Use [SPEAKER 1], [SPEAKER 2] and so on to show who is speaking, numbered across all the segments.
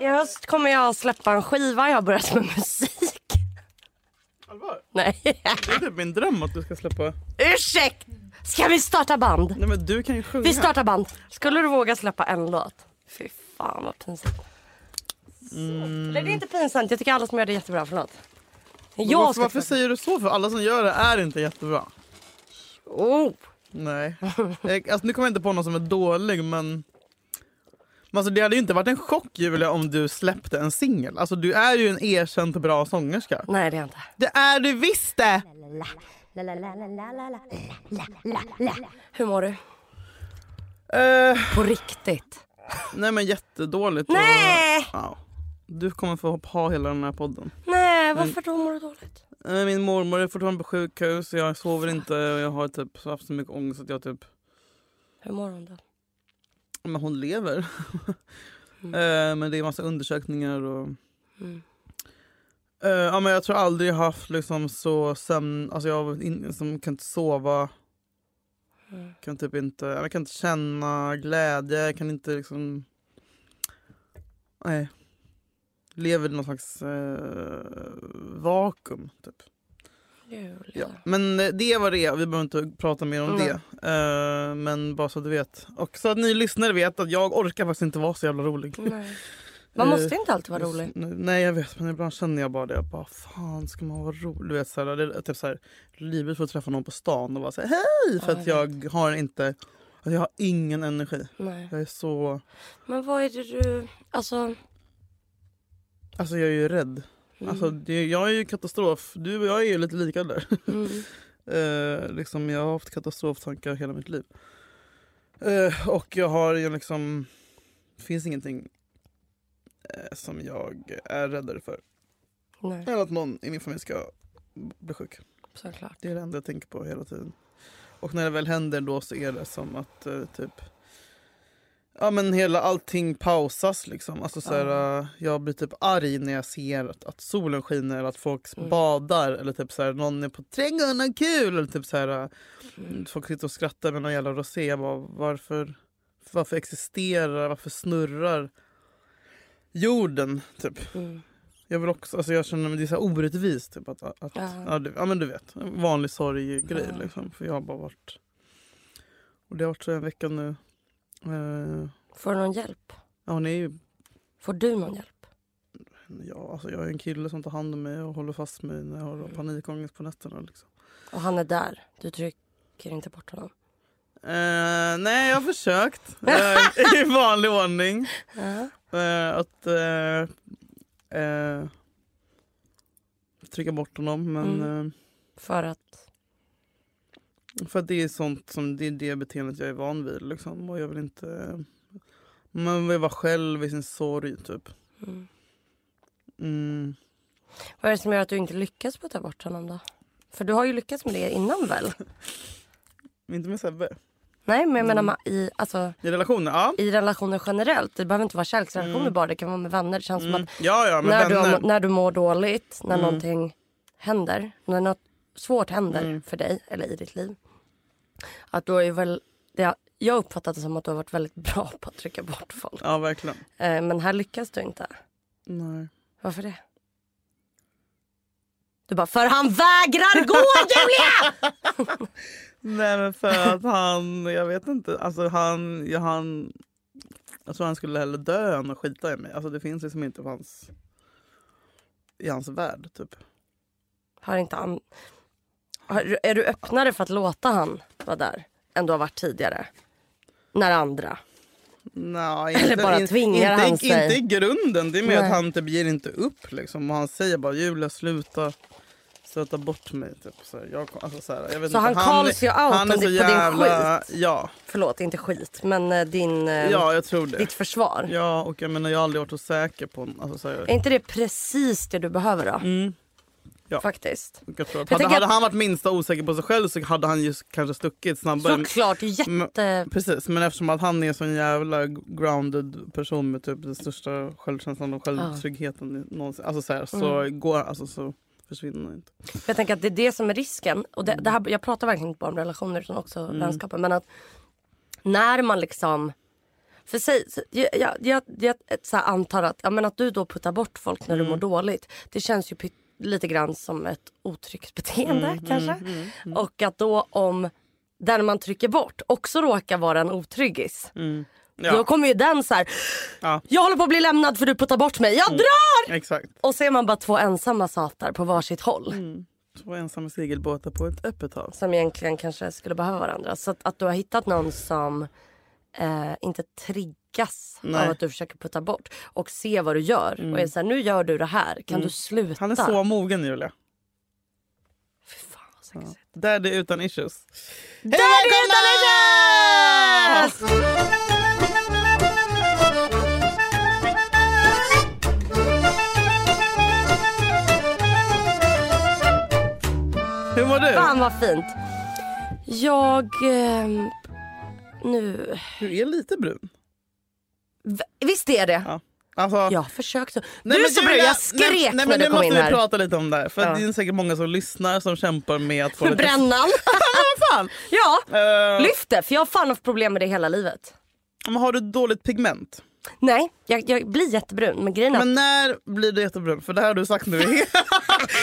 [SPEAKER 1] I höst kommer jag släppa en skiva. Jag har börjat med musik.
[SPEAKER 2] Allvar?
[SPEAKER 1] Nej.
[SPEAKER 2] Det är typ min dröm att du ska släppa...
[SPEAKER 1] Ursäkt! Ska vi starta band?
[SPEAKER 2] Nej men du kan ju sjunga.
[SPEAKER 1] Vi startar band. Skulle du våga släppa en låt? Fy fan vad pinsamt. Eller det är inte pinsamt. Jag tycker alla som gör det är jättebra. Förlåt.
[SPEAKER 2] Mm. Men
[SPEAKER 1] Jag
[SPEAKER 2] varför,
[SPEAKER 1] ska...
[SPEAKER 2] varför säger du så? För alla som gör det är inte jättebra.
[SPEAKER 1] Oh.
[SPEAKER 2] Nej. Jag, alltså, nu kommer jag inte på någon som är dålig men... men alltså, det hade ju inte varit en chock Julia om du släppte en singel. Alltså du är ju en erkänt bra sångerska.
[SPEAKER 1] Nej det är jag inte.
[SPEAKER 2] Det är du visst det!
[SPEAKER 1] Hur mår du?
[SPEAKER 2] Eh,
[SPEAKER 1] På riktigt.
[SPEAKER 2] nej men jättedåligt. och-
[SPEAKER 1] Nej!
[SPEAKER 2] Ja. Du kommer få ha hela den här podden.
[SPEAKER 1] Nej varför då mår du dåligt?
[SPEAKER 2] Eh, Min mormor är fortfarande på sjukhus, jag sover inte och jag har typ så haft så mycket ångest att jag typ
[SPEAKER 1] Hur mår hon då?
[SPEAKER 2] Men hon lever.
[SPEAKER 1] Mm.
[SPEAKER 2] Eh, men det är massa undersökningar och...
[SPEAKER 1] Mm.
[SPEAKER 2] Eh, ja, men jag tror aldrig jag haft liksom så sömn... Alltså jag har in, som kan inte sova.
[SPEAKER 1] Mm.
[SPEAKER 2] Kan typ inte, jag kan inte känna glädje. Jag kan inte liksom... Nej. Lever i någon slags eh, vakuum. Typ.
[SPEAKER 1] Julia.
[SPEAKER 2] Ja. Men eh, det var det. Vi behöver inte prata mer om
[SPEAKER 1] Nej.
[SPEAKER 2] det. Eh, men bara så att du vet. Och så att ni lyssnare vet att jag orkar faktiskt inte vara så jävla rolig.
[SPEAKER 1] Nej. Man
[SPEAKER 2] Eh,
[SPEAKER 1] måste inte alltid vara rolig.
[SPEAKER 2] Nej jag vet men ibland känner jag bara det. Jag bara fan ska man vara rolig? Du vet så här, det är typ så här, livet får träffa någon på stan och bara säga hej för
[SPEAKER 1] Ja,
[SPEAKER 2] att
[SPEAKER 1] jag
[SPEAKER 2] jag har inte, alltså, jag har ingen energi.
[SPEAKER 1] Nej.
[SPEAKER 2] Jag är så,
[SPEAKER 1] Men vad är det du... Alltså... mm.
[SPEAKER 2] alltså jag är ju rädd. Alltså det, jag är ju katastrof, du och jag är ju lite lika där.
[SPEAKER 1] Mm.
[SPEAKER 2] Eh, liksom, jag har haft katastroftankar hela mitt liv. Eh, och jag har ju liksom... Det finns ingenting eh, som jag är räddare för.
[SPEAKER 1] Nej,
[SPEAKER 2] Än att någon i min familj ska bli sjuk.
[SPEAKER 1] såklart.
[SPEAKER 2] Det är det enda jag tänker på hela tiden. Och när det väl händer då så är det som att eh, typ... Ja men hela allting pausas liksom. Alltså, så här, eh, jag blir typ arg när jag ser att, att solen skiner eller att folk
[SPEAKER 1] Mm.
[SPEAKER 2] badar eller typ så här, någon är på trädgården och kul eller typ så här, eh,
[SPEAKER 1] Mm.
[SPEAKER 2] folk sitter och skrattar med någon jävla rosé. Jag bara, varför, varför existerar, varför snurrar jorden typ?
[SPEAKER 1] Mm.
[SPEAKER 2] Jag vill också, alltså jag känner mig det är så här orättvist. Typ, att, att,
[SPEAKER 1] Ja.
[SPEAKER 2] ja. du, ja men du vet, en vanlig sorggrej
[SPEAKER 1] Ja.
[SPEAKER 2] liksom. För jag har bara varit... Och det har varit så en vecka nu. Eh,
[SPEAKER 1] Får du någon hjälp?
[SPEAKER 2] ja, hon är ju,
[SPEAKER 1] Får du någon hjälp?
[SPEAKER 2] ja, alltså jag är en kille som tar hand om mig och håller fast mig när jag har
[SPEAKER 1] Mm.
[SPEAKER 2] panikångest på nätterna. Liksom.
[SPEAKER 1] Och han är där. Du trycker inte bort honom.
[SPEAKER 2] Eh, nej, jag har försökt eh, i vanlig ordning.
[SPEAKER 1] Ja.
[SPEAKER 2] Eh, att eh, eh, trycka bort honom. Men,
[SPEAKER 1] Mm.
[SPEAKER 2] eh,
[SPEAKER 1] För att...
[SPEAKER 2] För att det är sånt som det är det beteendet jag är van vid. Liksom. Och jag vill inte... Man vill vara själv i sin sorg typ.
[SPEAKER 1] Mm.
[SPEAKER 2] Mm.
[SPEAKER 1] Vad är det som gör att du inte lyckas på att ta bort honom då? För du har ju lyckats med det innan väl?
[SPEAKER 2] Inte med Sebbe.
[SPEAKER 1] Nej, men jag menar
[SPEAKER 2] Mm.
[SPEAKER 1] ma- i, alltså,
[SPEAKER 2] I relationer, ja.
[SPEAKER 1] i relationer generellt. Det behöver inte vara kärleksrelationer bara. Det kan vara med vänner. Det känns som
[SPEAKER 2] Mm.
[SPEAKER 1] att
[SPEAKER 2] Ja, ja, med
[SPEAKER 1] när du,
[SPEAKER 2] vänner. Mm.
[SPEAKER 1] har- när du mår dåligt, när någonting händer, när något svårt händer
[SPEAKER 2] Mm.
[SPEAKER 1] för dig eller i ditt liv. Att då är väl... Det, har- jag har uppfattat det som att du har varit väldigt bra på att trycka bort folk.
[SPEAKER 2] Ja, verkligen.
[SPEAKER 1] Eh, Men här lyckas du inte.
[SPEAKER 2] Nej.
[SPEAKER 1] Varför det? Du bara, för han vägrar gå Julia!
[SPEAKER 2] Nej, men för att han... Jag vet inte. Alltså han... Ja, han jag tror han skulle hellre dö än att skita i mig. Alltså det finns liksom inte på hans... I hans värld typ.
[SPEAKER 1] Har inte han... Har, är du öppnare för att låta han vara där än du har varit tidigare? När andra?
[SPEAKER 2] Nej,
[SPEAKER 1] Eller bara
[SPEAKER 2] in-
[SPEAKER 1] tvingar
[SPEAKER 2] inte,
[SPEAKER 1] han
[SPEAKER 2] inte,
[SPEAKER 1] sig.
[SPEAKER 2] Inte i grunden. Det är mer
[SPEAKER 1] Nej.
[SPEAKER 2] att han typ ger inte upp. Liksom. Och han säger bara Julia sluta. Stöta bort mig. Typ. Så, här, jag, kom- alltså, så, här, jag vet
[SPEAKER 1] Så
[SPEAKER 2] inte,
[SPEAKER 1] han calls you out om di-
[SPEAKER 2] är så
[SPEAKER 1] på din
[SPEAKER 2] jävla- Ja,
[SPEAKER 1] Förlåt, inte skit, men eh, din, eh,
[SPEAKER 2] ja, jag tror det.
[SPEAKER 1] ditt försvar.
[SPEAKER 2] Ja, och jag menar jag har aldrig varit så säker på en- alltså, så här,
[SPEAKER 1] Är inte det precis det du behöver då?
[SPEAKER 2] mm, Ja.
[SPEAKER 1] Faktiskt.
[SPEAKER 2] och jag tror att
[SPEAKER 1] Jag
[SPEAKER 2] hade,
[SPEAKER 1] tänker
[SPEAKER 2] hade
[SPEAKER 1] att-
[SPEAKER 2] han varit minsta osäker på sig själv så hade han ju kanske stuckit snabbare.
[SPEAKER 1] Såklart, jätte...
[SPEAKER 2] Precis, men eftersom att han är en sån jävla grounded person med typ den största självkänslan och självtryggheten någonsin. Alltså så, här, så
[SPEAKER 1] Mm.
[SPEAKER 2] går alltså så försvinner han inte.
[SPEAKER 1] För Jag tänker att det är det som är risken. Och det, det här, jag pratar verkligen inte bara om relationer utan också
[SPEAKER 2] Mm.
[SPEAKER 1] vänskapen. Men att när man liksom... För sig, jag, jag, jag, jag ett så här antar att, ja, men att du då puttar bort folk när
[SPEAKER 2] Mm.
[SPEAKER 1] du mår dåligt. Det känns ju pytt- lite grann som ett otryggt beteende
[SPEAKER 2] Mm,
[SPEAKER 1] kanske. Och att då om den man trycker bort också råkar vara en otryggis.
[SPEAKER 2] Ja.
[SPEAKER 1] Då kommer ju den så här,
[SPEAKER 2] Ja. Mm.
[SPEAKER 1] jag håller på att bli lämnad för du puttar bort mig, jag drar!
[SPEAKER 2] Exakt.
[SPEAKER 1] Och så är man bara två ensamma satar på varsitt håll.
[SPEAKER 2] Två ensamma segelbåtar på ett öppet hav.
[SPEAKER 1] som egentligen kanske skulle behöva varandra. Så att, att du har hittat någon som eh, inte triggas
[SPEAKER 2] Nej. Mm.
[SPEAKER 1] av att du försöker putta bort och se vad du gör. Och är så här, nu gör du det här, kan du sluta?
[SPEAKER 2] Han är så mogen Julia.
[SPEAKER 1] Fy fan, vad sexigt.
[SPEAKER 2] Daddy utan issues. Daddy
[SPEAKER 1] utan
[SPEAKER 2] issues! Hur mår du?
[SPEAKER 1] Fan vad fint. Jag... Eh, nu...
[SPEAKER 2] Du är lite brun.
[SPEAKER 1] V- Visst är det?
[SPEAKER 2] Ja. Alltså,
[SPEAKER 1] Jag försökte.
[SPEAKER 2] Nej,
[SPEAKER 1] du är
[SPEAKER 2] men
[SPEAKER 1] så brun,
[SPEAKER 2] Julia,
[SPEAKER 1] jag skrek
[SPEAKER 2] nej, nej,
[SPEAKER 1] när
[SPEAKER 2] men
[SPEAKER 1] du
[SPEAKER 2] Nu
[SPEAKER 1] kom
[SPEAKER 2] måste
[SPEAKER 1] in
[SPEAKER 2] vi
[SPEAKER 1] här.
[SPEAKER 2] prata lite om det här. För
[SPEAKER 1] Ja.
[SPEAKER 2] att Det är säkert många som lyssnar som kämpar med att få lite...
[SPEAKER 1] Brännan. ja,
[SPEAKER 2] Eh,
[SPEAKER 1] lyft det. För jag har fan haft problem med det hela livet.
[SPEAKER 2] men har du dåligt pigment?
[SPEAKER 1] Nej, jag, jag blir jättebrun. Men grejen är att
[SPEAKER 2] Men när blir du jättebrun? För det här har du sagt nu i,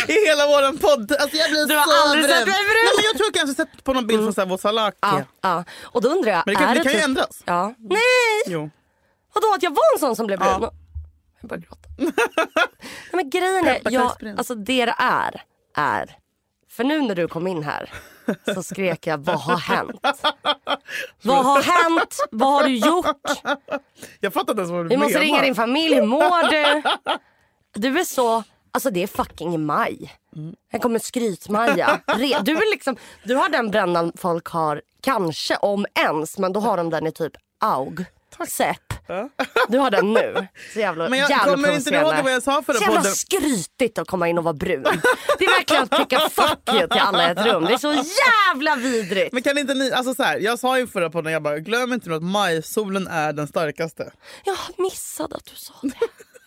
[SPEAKER 2] i hela vår podd. Alltså jag blir
[SPEAKER 1] Du har
[SPEAKER 2] så
[SPEAKER 1] aldrig sett mig brun.
[SPEAKER 2] Nej, men jag tror kanske sett på någon bild från så här, vår salak.
[SPEAKER 1] Ja, ja. Och då undrar jag,
[SPEAKER 2] Men det kan,
[SPEAKER 1] är
[SPEAKER 2] det kan ju
[SPEAKER 1] typ-
[SPEAKER 2] ändras.
[SPEAKER 1] Ja. Nej!
[SPEAKER 2] Jo.
[SPEAKER 1] Vadå att jag var en sån som blev brun?
[SPEAKER 2] Ja.
[SPEAKER 1] Jag börjar gråta. Nej, men grejen är, jag,
[SPEAKER 2] Pepparkaksbrun.
[SPEAKER 1] alltså det det är, är. För nu när du kom in här så skrek jag vad har hänt? Vad har hänt? Vad har du gjort?
[SPEAKER 2] Jag fattar inte ens vad du
[SPEAKER 1] Vi måste
[SPEAKER 2] menar.
[SPEAKER 1] ringa din familj, hur mår du? Du är så, alltså det är fucking maj. Här kommer skrytmaja. Re- Du, är liksom, du har den brännan folk har, kanske om ens, men då har de den i typ aug. Sepp. Du har den nu. Så jävla,
[SPEAKER 2] Men jag
[SPEAKER 1] jävla
[SPEAKER 2] kommer inte ihåg
[SPEAKER 1] provocerande.
[SPEAKER 2] vad jag sa förra
[SPEAKER 1] Så jävla
[SPEAKER 2] podden.
[SPEAKER 1] skrytigt att komma in och vara brun. Det är verkligen att picka fuck you till alla i ett rum. Det är så jävla vidrigt.
[SPEAKER 2] Men kan inte ni, alltså så här, jag sa ju förra podden, jag bara glöm inte nu att majsolen är den starkaste.
[SPEAKER 1] Jag missade att du sa det.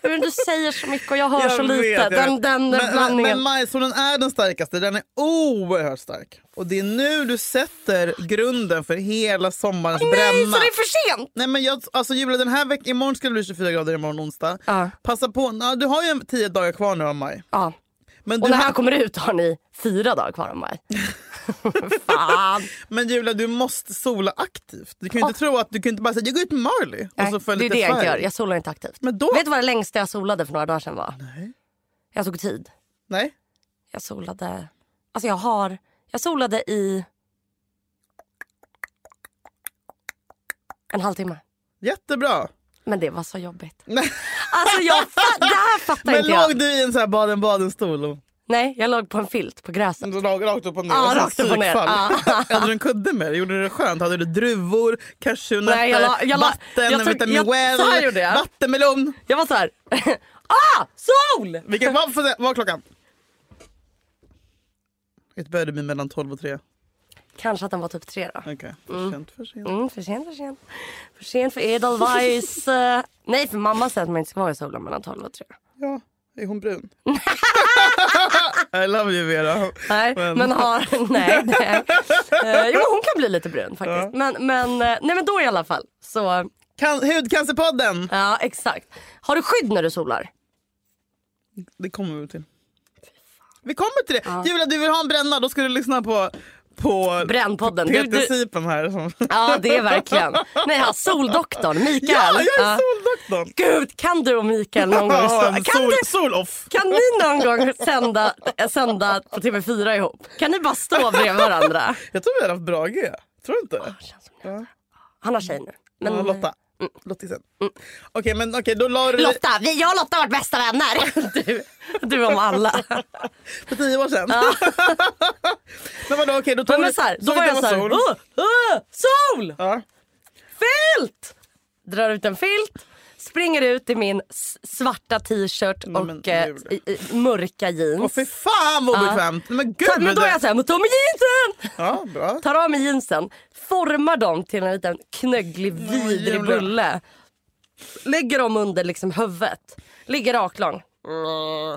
[SPEAKER 1] Hur du säger så mycket och jag hör
[SPEAKER 2] Jag
[SPEAKER 1] så
[SPEAKER 2] vet,
[SPEAKER 1] lite.
[SPEAKER 2] jag
[SPEAKER 1] Den,
[SPEAKER 2] vet.
[SPEAKER 1] den
[SPEAKER 2] men, men,
[SPEAKER 1] blandningen.
[SPEAKER 2] men majsolen är den starkaste, den är oerhört stark. Och det är nu du sätter grunden för hela sommarens
[SPEAKER 1] Nej,
[SPEAKER 2] bränna.
[SPEAKER 1] så det är för sent!
[SPEAKER 2] Nej men jag, alltså Julia, den här veckan, imorgon ska det bli 24 grader, imorgon onsdag.
[SPEAKER 1] Ja.
[SPEAKER 2] Passa på, na, du har ju en- 10 dagar kvar nu av maj.
[SPEAKER 1] Ja.
[SPEAKER 2] Men,
[SPEAKER 1] Och
[SPEAKER 2] du,
[SPEAKER 1] när här kommer ut har ni fyra dagar kvar av maj. Fan!
[SPEAKER 2] men Julia, du måste sola aktivt. Du kan ju inte tro att du kan inte bara säga jag går ut med Marley och
[SPEAKER 1] Ah. Nej,
[SPEAKER 2] så får jag
[SPEAKER 1] det är
[SPEAKER 2] lite
[SPEAKER 1] det jag inte
[SPEAKER 2] färg.
[SPEAKER 1] gör. Jag solar inte aktivt.
[SPEAKER 2] Men då-
[SPEAKER 1] Vet du vad det längsta jag solade för några dagar sedan var?
[SPEAKER 2] Nej.
[SPEAKER 1] Jag tog tid.
[SPEAKER 2] Nej.
[SPEAKER 1] Jag solade... Alltså jag har... Jag solade i... En halvtimme.
[SPEAKER 2] Jättebra.
[SPEAKER 1] Men det var så jobbigt.
[SPEAKER 2] Nej.
[SPEAKER 1] Alltså jag fa- det här fattar
[SPEAKER 2] Men
[SPEAKER 1] inte jag.
[SPEAKER 2] låg du i en sån här baden baden-stol? och-
[SPEAKER 1] Nej, jag låg på en filt på gräset.
[SPEAKER 2] Rakt, rakt upp och ner?
[SPEAKER 1] Ja,
[SPEAKER 2] och så
[SPEAKER 1] rakt upp och ner.
[SPEAKER 2] Alltså, psykfall.
[SPEAKER 1] Ja.
[SPEAKER 2] Hade du en kudde med dig? Gjorde du det skönt? Hade du druvor, cashewnötter,
[SPEAKER 1] Nej, jag la- jag la-
[SPEAKER 2] vatten,
[SPEAKER 1] jag tog-
[SPEAKER 2] vitamin
[SPEAKER 1] jag-
[SPEAKER 2] well,
[SPEAKER 1] så här gjorde jag.
[SPEAKER 2] vattenmelon?
[SPEAKER 1] Jag var så här. ah! Sol!
[SPEAKER 2] Vilken, vad, vad var klockan? Det började med mellan 12 och 3.
[SPEAKER 1] Kanske att den var typ tre då.
[SPEAKER 2] Okej, för sent, för sent.
[SPEAKER 1] Mm, för sent, för sent. För sent för Edelweiss. eh, Nej, för mamma säger att man inte ska vara i solen mellan 12 och 3.
[SPEAKER 2] Ja, är hon brun? I love you Vera.
[SPEAKER 1] Nej, men,
[SPEAKER 2] Men-
[SPEAKER 1] har... Nej, nej. Eh, Jo, hon kan bli lite brun faktiskt. Men, men, eh, nej, men då i alla fall. Så,
[SPEAKER 2] Kan, hudcancerpodden!
[SPEAKER 1] ja, exakt. Har du skydd när du solar?
[SPEAKER 2] Det kommer vi till. Vi kommer till det. Julia, du vill ha en bränna, då ska du lyssna på, på
[SPEAKER 1] Brännpodden. Du,
[SPEAKER 2] Peter
[SPEAKER 1] du...
[SPEAKER 2] Sipen här. Som...
[SPEAKER 1] Ja, det är verkligen. Nej, han soldoktorn Mikael.
[SPEAKER 2] Ja, jag
[SPEAKER 1] Ja.
[SPEAKER 2] är soldoktorn!
[SPEAKER 1] Gud, kan du och Mikael någon gång...
[SPEAKER 2] Ja, en
[SPEAKER 1] So- kan,
[SPEAKER 2] sol,
[SPEAKER 1] du,
[SPEAKER 2] Sol-off!
[SPEAKER 1] Kan ni någon gång sända, äh, sända på TV4 ihop? Kan ni bara stå bredvid varandra?
[SPEAKER 2] Jag tror vi har haft bra G. Tror du inte?
[SPEAKER 1] Känns som det. Han har tjej nu. Men, Mm.
[SPEAKER 2] Ja, Lotta. Lottisen. Okej, men okej, då la du dig
[SPEAKER 1] Lotta, vi, jag och Lotta har varit bästa vänner.
[SPEAKER 3] Du, du om alla.
[SPEAKER 2] för tio år sedan. men vadå, okej, då tog
[SPEAKER 1] Men,
[SPEAKER 2] du-
[SPEAKER 1] men så här, då
[SPEAKER 2] såg
[SPEAKER 1] var
[SPEAKER 2] du
[SPEAKER 1] jag
[SPEAKER 2] att
[SPEAKER 1] så
[SPEAKER 2] det
[SPEAKER 1] här,
[SPEAKER 2] sol.
[SPEAKER 1] "Åh, åh, sol!
[SPEAKER 2] Ja.
[SPEAKER 1] Filt! Drar ut en filt, springer ut i min s- svarta t-shirt
[SPEAKER 2] Nej, men
[SPEAKER 1] och eh,
[SPEAKER 2] Julia.
[SPEAKER 1] i, i, mörka jeans.
[SPEAKER 2] Åh fy fan vad obekvämt! Nej, Men gud!
[SPEAKER 1] Ta- men då är jag såhär, men ta med jeansen!
[SPEAKER 2] Ja, bra.
[SPEAKER 1] Tar av mig jeansen, formar dem till en liten knögglig vidrig
[SPEAKER 2] Julia.
[SPEAKER 1] bulle. Lägger dem under liksom huvudet. Ligger raklång.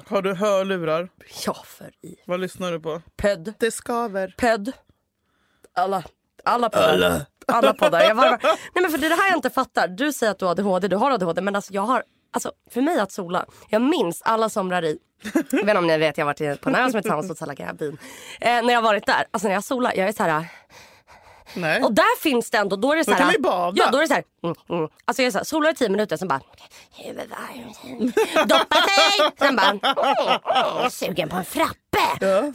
[SPEAKER 2] Har du hörlurar?
[SPEAKER 1] Ja för i
[SPEAKER 2] Vad lyssnar du på?
[SPEAKER 1] pödd.
[SPEAKER 2] Det skaver.
[SPEAKER 1] Pödd. Alla. Alla poddar. Alla. poddar. Jag bara, nej men för det är det här jag inte fattar. Du säger att du har ADHD, du har ADHD men alltså jag har, alltså för mig att sola, jag minns alla somrar i, jag vet inte om ni vet, jag har varit i- på en ö som heter Samsås Salakabin. Eh, när jag har varit där, alltså när jag solar, jag är så här.
[SPEAKER 2] Nej.
[SPEAKER 1] och där finns det ändå, då är det så här.
[SPEAKER 2] kan man ju bada.
[SPEAKER 1] Ja då är det så här, mm, mm. alltså jag är så här, solar i tio minuter sen bara, huvud varmt, doppa sig, sen bara, mm, mm, sugen på en frappe.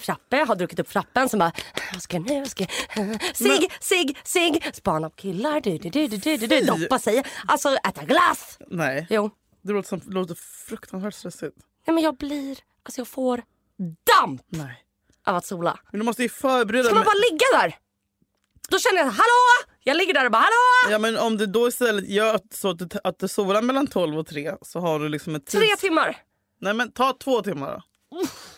[SPEAKER 1] Frappe, har druckit upp frappen som bara, vad ska jag nu, vad ska jag, sig, sig, sig, spana på killar, du, du, du, du, du, du, du, doppa sig, alltså äta glass.
[SPEAKER 2] Nej.
[SPEAKER 1] Jo,
[SPEAKER 2] Det låter, som, låter fruktansvärt stressigt.
[SPEAKER 1] nej men jag blir, alltså jag får damp
[SPEAKER 2] Nej.
[SPEAKER 1] av att sola.
[SPEAKER 2] Men du måste ju förbereda
[SPEAKER 1] Ska man
[SPEAKER 2] dig.
[SPEAKER 1] bara ligga där? Då känner jag, hallå! Jag ligger där och bara, hallå!
[SPEAKER 2] Ja, men om du då istället gör att- så att du, att du solar mellan 12 och 3 så har du liksom ett tids...
[SPEAKER 1] Tre timmar.
[SPEAKER 2] Nej men ta två timmar då.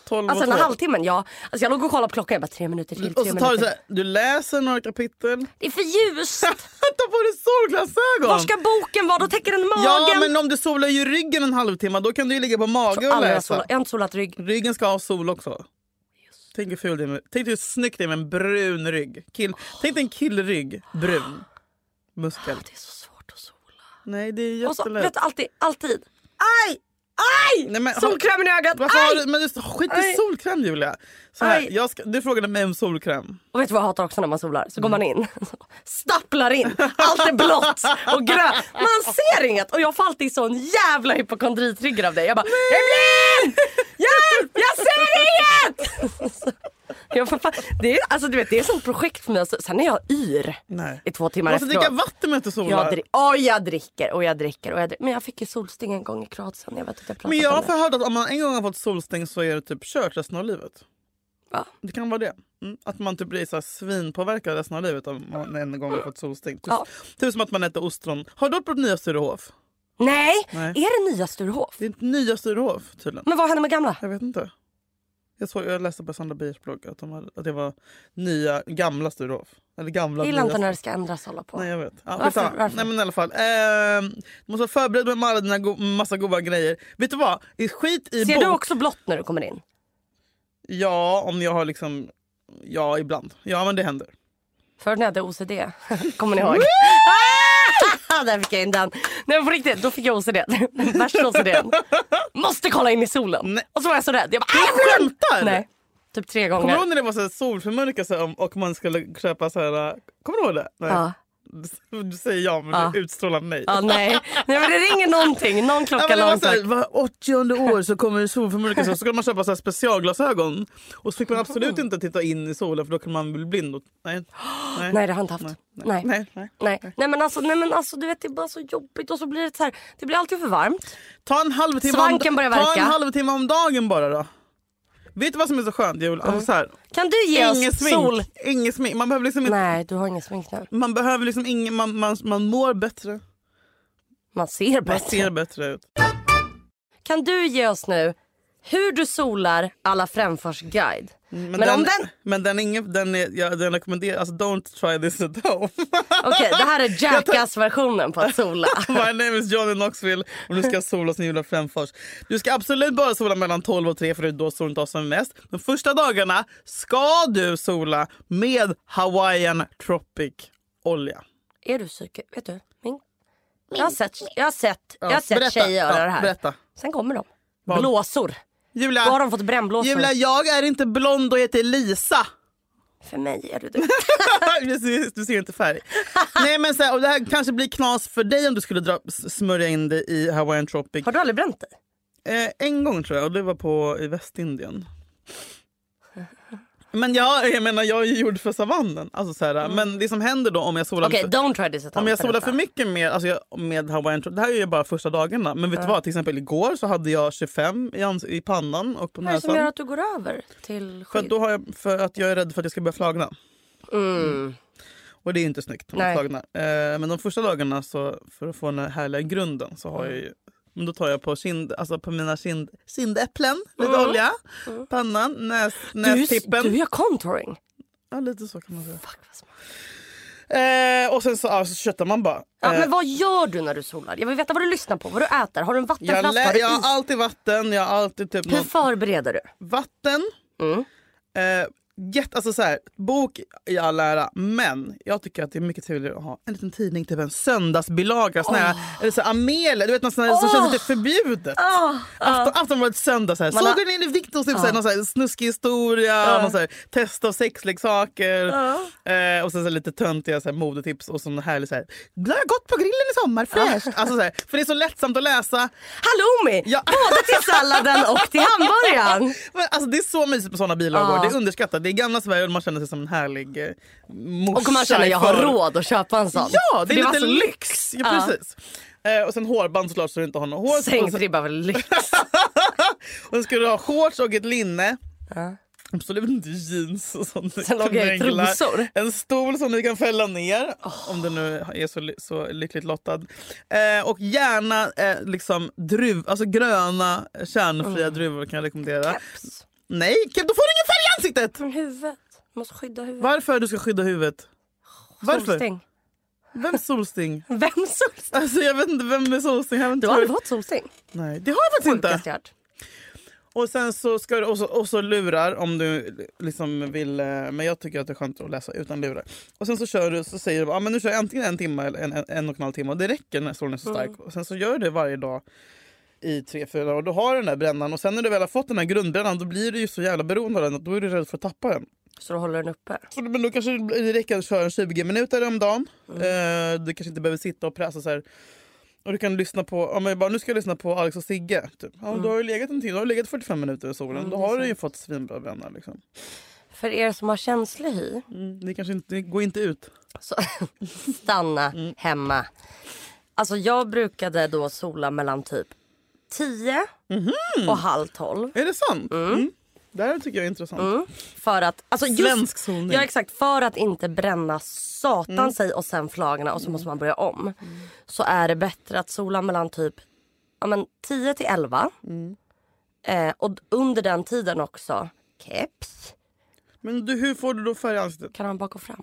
[SPEAKER 2] 12
[SPEAKER 1] Alltså
[SPEAKER 2] och
[SPEAKER 1] den här
[SPEAKER 2] 12.
[SPEAKER 1] halvtimmen, ja. Alltså jag låg och kollade på klockan, jag bara tre minuter till, tre
[SPEAKER 2] Och så tar
[SPEAKER 1] minuter
[SPEAKER 2] du
[SPEAKER 1] till.
[SPEAKER 2] så här, du läser några kapitel.
[SPEAKER 1] Det är för ljust!
[SPEAKER 2] ta på dig solglasögon!
[SPEAKER 1] Var ska boken vara? Då täcker den magen!
[SPEAKER 2] Ja men om du solar ju ryggen en halvtimme då kan du ju ligga på mage
[SPEAKER 1] Aldrig
[SPEAKER 2] och
[SPEAKER 1] har
[SPEAKER 2] läsa.
[SPEAKER 1] jag solat- jag har inte solat rygg.
[SPEAKER 2] Ryggen ska ha sol också. Tänk hur, ful det är med, tänk hur snyggt det är med en brun rygg. Kill, Tänk dig en killrygg, brun. Muskel.
[SPEAKER 1] Det är så svårt att sola.
[SPEAKER 2] Nej det är
[SPEAKER 1] Och så,
[SPEAKER 2] jättelätt.
[SPEAKER 1] vet du, alltid, alltid. Aj! Aj!
[SPEAKER 2] Nej, men har-
[SPEAKER 1] Solkrämen i ögat!
[SPEAKER 2] Varför har
[SPEAKER 1] Aj!
[SPEAKER 2] du, men du, skit i
[SPEAKER 1] Aj.
[SPEAKER 2] solkräm Julia. Så här,
[SPEAKER 1] Aj.
[SPEAKER 2] jag ska, du frågade mig om solkräm.
[SPEAKER 1] Och vet du vad jag hatar också när man solar? Så går
[SPEAKER 2] Mm.
[SPEAKER 1] man in, stapplar in, allt är blått och grönt. Man ser inget och jag får alltid sån jävla hypokondritrigger av det. Jag bara, jag är blind! Hjälp! Jag ser inget! jag får fan, det, är, alltså, du vet, det är ett sånt projekt för mig. Alltså, Sen är jag yr
[SPEAKER 2] Nej.
[SPEAKER 1] i två timmar
[SPEAKER 2] Måste dricka
[SPEAKER 1] efteråt.
[SPEAKER 2] vatten med att du solar.
[SPEAKER 1] Jag, dri- ja, jag dricker och jag dricker och jag dricker. Men jag fick ju solsting en gång i Kroatien. Jag vet att jag pratat
[SPEAKER 2] men jag har
[SPEAKER 1] om det.
[SPEAKER 2] förhört att om man en gång har fått solstäng så är det typ kört resten av livet.
[SPEAKER 1] Va?
[SPEAKER 2] Det kan vara det. Mm. Att man typ blir så här svinpåverkad resten av livet om man en gång har fått solstäng. Typ,
[SPEAKER 1] Ja.
[SPEAKER 2] typ som att man äter ostron. Har du varit på nya Sturehof?
[SPEAKER 1] Nej.
[SPEAKER 2] Nej.
[SPEAKER 1] är det nya Sturehof?
[SPEAKER 2] Det är inte nya Sturehof tydligen.
[SPEAKER 1] Men vad hände med gamla?
[SPEAKER 2] Jag vet inte. Jag, såg, jag läste på Sandra Beijers blogg att, de hade, att det var nya, gamla Sturehof. Eller gamla
[SPEAKER 1] Jag gillar inte
[SPEAKER 2] nya
[SPEAKER 1] när det ska ändras och hålla på.
[SPEAKER 2] Nej jag vet. Ja,
[SPEAKER 1] Varför-
[SPEAKER 2] skitsamma.
[SPEAKER 1] varför?
[SPEAKER 2] Nej men i alla fall. Ehm, du måste vara förberedd med alla dina go- massa goda grejer. Vet du vad? Det är Skit i
[SPEAKER 1] Ser
[SPEAKER 2] bok.
[SPEAKER 1] du också blått när du kommer in?
[SPEAKER 2] Ja om jag har liksom, ja ibland. Ja men det händer.
[SPEAKER 1] Förut när jag hade OCD. Kommer ni ihåg? Ah! Där fick jag in den. Nej men på riktigt, då fick jag OCD. Värsta OCD. Måste kolla in i solen.
[SPEAKER 2] Nej.
[SPEAKER 1] Och så var jag så rädd. Jag bara,
[SPEAKER 2] Du
[SPEAKER 1] "Ah, jag får den!"
[SPEAKER 2] skämtar?
[SPEAKER 1] Nej, typ tre
[SPEAKER 2] Kommer
[SPEAKER 1] gånger.
[SPEAKER 2] du ihåg när det var så här solförmörkelse om- och man skulle köpa så här, äh, kommer du ihåg det? Nej.
[SPEAKER 1] Ja.
[SPEAKER 2] Du- Du säger ja men
[SPEAKER 1] Ja.
[SPEAKER 2] du utstrålar nej.
[SPEAKER 1] Ja, nej. nej men det ringer någonting. Någon
[SPEAKER 2] Ja,
[SPEAKER 1] klocka
[SPEAKER 2] men det var så
[SPEAKER 1] långsamt.
[SPEAKER 2] här, var 80 år så kommer det solförmörkelse och så skulle man köpa så här specialglasögon. Och så fick man absolut inte titta in i solen för då kan man bli blind. Och, nej. Nej.
[SPEAKER 1] Nej det har jag inte haft. Nej.
[SPEAKER 2] Nej, nej.
[SPEAKER 1] Nej. Nej, men alltså, nej men alltså du vet det är bara så jobbigt och så blir det så här, det blir alltid för varmt.
[SPEAKER 2] Ta en halvtimme,
[SPEAKER 1] Svanken
[SPEAKER 2] om,
[SPEAKER 1] börjar
[SPEAKER 2] ta
[SPEAKER 1] verka.
[SPEAKER 2] en halvtimme om dagen bara då. Vet du vad som är så skönt Julia? Alltså, så här,
[SPEAKER 1] Kan du ge
[SPEAKER 2] ingen
[SPEAKER 1] oss
[SPEAKER 2] smink.
[SPEAKER 1] sol?
[SPEAKER 2] Ingen smink. Man behöver liksom, inte,
[SPEAKER 1] Nej du har ingen smink nu.
[SPEAKER 2] man, behöver liksom ingen, man, man, man mår bättre.
[SPEAKER 1] Man ser
[SPEAKER 2] Man
[SPEAKER 1] bättre.
[SPEAKER 2] ser bättre ut.
[SPEAKER 1] Kan du ge oss nu hur du solar alla Frändfors guide?
[SPEAKER 2] Mm, Men,
[SPEAKER 1] Men
[SPEAKER 2] den,
[SPEAKER 1] om den-
[SPEAKER 2] men den, är ingen, den, är, ja, den rekommenderar... Alltså, don't try this at home.
[SPEAKER 1] Okej det här är Jackass-versionen på att sola.
[SPEAKER 2] My name is Johnny Knoxville och du ska sola som Julia Frändfors. Du ska absolut bara sola mellan 12 och 3 för det är då solen tar som mest. De första dagarna ska du sola med Hawaiian Tropic olja.
[SPEAKER 1] är du psykisk? Vet du? Min... Jag har sett, jag har sett, jag har sett tjejer göra
[SPEAKER 2] Ja,
[SPEAKER 1] det här.
[SPEAKER 2] Berätta.
[SPEAKER 1] Sen kommer de.
[SPEAKER 2] Vad?
[SPEAKER 1] Blåsor.
[SPEAKER 2] Julia,
[SPEAKER 1] Då har de fått brännblåsor.
[SPEAKER 2] Julia, jag är inte blond och heter Lisa.
[SPEAKER 1] För mig är du det.
[SPEAKER 2] du, ser, du ser inte färg. Nej, men så här, och det här kanske blir knas för dig om du skulle dra, s- smörja in dig i Hawaiian Tropic.
[SPEAKER 1] Har du aldrig bränt dig?
[SPEAKER 2] Eh, en gång tror jag, och det var på, i Västindien. Men jag, jag menar, jag är ju gjord för savannen. Alltså, så här, Men det som händer då om jag solar
[SPEAKER 1] Mm. Okej,
[SPEAKER 2] för-
[SPEAKER 1] don't try this at
[SPEAKER 2] Om
[SPEAKER 1] home,
[SPEAKER 2] jag solar
[SPEAKER 1] berätta.
[SPEAKER 2] för mycket med, alltså jag, med Hawaiian Troll, det här är ju bara första dagarna. Men vet du vad, till exempel igår så hade jag 25 i, ans- i pannan och på
[SPEAKER 1] Vad är det som gör
[SPEAKER 2] näsan.
[SPEAKER 1] att du går över till
[SPEAKER 2] För att,
[SPEAKER 1] skydd?
[SPEAKER 2] då har jag, för att jag är rädd för att jag ska börja flagna.
[SPEAKER 1] Mm.
[SPEAKER 2] Och det är ju inte snyggt. om
[SPEAKER 1] Nej.
[SPEAKER 2] Man flagnar. Eh, men de första dagarna så, för att få den här härliga grunden så har jag ju men då tar jag på, kind, alltså på mina kind, kindäpplen lite
[SPEAKER 1] Mm.
[SPEAKER 2] olja, pannan, näs,
[SPEAKER 1] Du,
[SPEAKER 2] nästippen.
[SPEAKER 1] du gör contouring.
[SPEAKER 2] Ja, lite så kan man säga.
[SPEAKER 1] Fuck, vad smart.
[SPEAKER 2] Eh, och sen så, ja, så köttar man bara.
[SPEAKER 1] Ja,
[SPEAKER 2] Eh,
[SPEAKER 1] men vad gör du när du solar? Jag vill veta vad du lyssnar på, vad du äter. Har du en
[SPEAKER 2] jag,
[SPEAKER 1] vattenflaska? Har
[SPEAKER 2] lä-
[SPEAKER 1] du
[SPEAKER 2] jag har
[SPEAKER 1] is?
[SPEAKER 2] alltid vatten, jag har alltid typ
[SPEAKER 1] Hur
[SPEAKER 2] något
[SPEAKER 1] förbereder du?
[SPEAKER 2] vatten.
[SPEAKER 1] Mm.
[SPEAKER 2] Eh, jätte, alltså så här, bok i all ära, men jag tycker att det är mycket trevligare att ha en liten tidning, typ en söndagsbilaga. Sån här, Eller så här, Amelia, du vet något sånt här, som känns lite förbjudet.
[SPEAKER 1] Ah,
[SPEAKER 2] Afton, Aftonbladet söndag, så här.
[SPEAKER 1] Man har-
[SPEAKER 2] såg du den Viktor typ, så här, någon så här snuskig historia, någon så här, test av sexleksaker eh, och sen så här, lite töntiga så här, modetips och sån härlig så här, "Då har jag gått på grillen i sommar, fräscht. Alltså, så här, för det är så lättsamt att läsa.
[SPEAKER 1] halloumi!
[SPEAKER 2] Ja.
[SPEAKER 1] Både till salladen och till hamburgaren.
[SPEAKER 2] Men, alltså, det är så mysigt med såna bilagor,
[SPEAKER 1] Ja.
[SPEAKER 2] det är underskattat. Det är gamla Sverige och man känner sig som en härlig eh, morsa.
[SPEAKER 1] Och man känner
[SPEAKER 2] i
[SPEAKER 1] jag har
[SPEAKER 2] förr.
[SPEAKER 1] råd att köpa en sån.
[SPEAKER 2] Ja,
[SPEAKER 1] För
[SPEAKER 2] det är
[SPEAKER 1] var
[SPEAKER 2] lite
[SPEAKER 1] så
[SPEAKER 2] lyx. Ja,
[SPEAKER 1] Ja.
[SPEAKER 2] precis. Eh, och sen hårband såklart så du inte har något hår.
[SPEAKER 1] Sängtribba var lyx.
[SPEAKER 2] Och sen skulle du ha shorts och ett linne.
[SPEAKER 1] Ja.
[SPEAKER 2] Absolut inte jeans och sånt.
[SPEAKER 1] Sen låg jag i
[SPEAKER 2] knänglar.
[SPEAKER 1] trosor.
[SPEAKER 2] En stol som du kan fälla ner om du nu är så, ly- så lyckligt lottad. Eh, och gärna eh, liksom druv, alltså gröna eh, kärnfria
[SPEAKER 1] Mm.
[SPEAKER 2] druvor kan jag rekommendera.
[SPEAKER 1] Keps.
[SPEAKER 2] Nej, Kev, då får du ingen färg i ansiktet!
[SPEAKER 1] Från huvudet. Man måste skydda huvudet.
[SPEAKER 2] Varför du ska skydda huvudet? Varför?
[SPEAKER 1] Solsting.
[SPEAKER 2] Vems solsting?
[SPEAKER 1] Vem solsting?
[SPEAKER 2] Alltså jag vet inte vem är solsting. Jag har inte
[SPEAKER 1] Du har aldrig
[SPEAKER 2] varit-
[SPEAKER 1] fått solsting?
[SPEAKER 2] Nej, det har jag faktiskt inte.
[SPEAKER 1] Sjukaste jag hört.
[SPEAKER 2] Och sen så ska du, och så, och så lurar om du liksom vill, eh, men jag tycker att det är skönt att läsa utan lurar. Och sen så kör du, så säger du bara, ah, men nu kör jag antingen en timme eller en, en, en och en halv timme och det räcker när solen är så stark. Och sen så gör du det varje dag i tre, fyra dagar och då har du den där brännan och sen när du väl har fått den här grundbrännan då blir du ju så jävla beroende av den att då är du rädd för att tappa den.
[SPEAKER 1] Så du håller den uppe?
[SPEAKER 2] Så, men då kanske det räcker att köra 20 minuter om dagen. Eh, du kanske inte behöver sitta och pressa. Så här. Och du kan lyssna på, om jag bara, nu ska jag lyssna på Alex och Sigge. Typ. Ja, Då har du legat en timme, då har du legat 45 minuter i solen. då har du ju fått svinbra bränna. Liksom.
[SPEAKER 1] För er som har känslig hy,
[SPEAKER 2] Mm. Det kanske inte, det går inte ut.
[SPEAKER 1] så stanna hemma. Alltså jag brukade då sola mellan typ 10 och halv 12.
[SPEAKER 2] Är det sant? Mm. Det här tycker jag är intressant.
[SPEAKER 1] För att, alltså just,
[SPEAKER 2] Svensk solning.
[SPEAKER 1] ja, exakt, för att inte bränna satan sig och sen flagorna och så måste man börja om. Så är det bättre att sola mellan typ ja, men 10 till 11. Eh, och d- under den tiden också keps.
[SPEAKER 2] Men du, hur får du då färg i ansiktet?
[SPEAKER 1] Kan man bak och fram?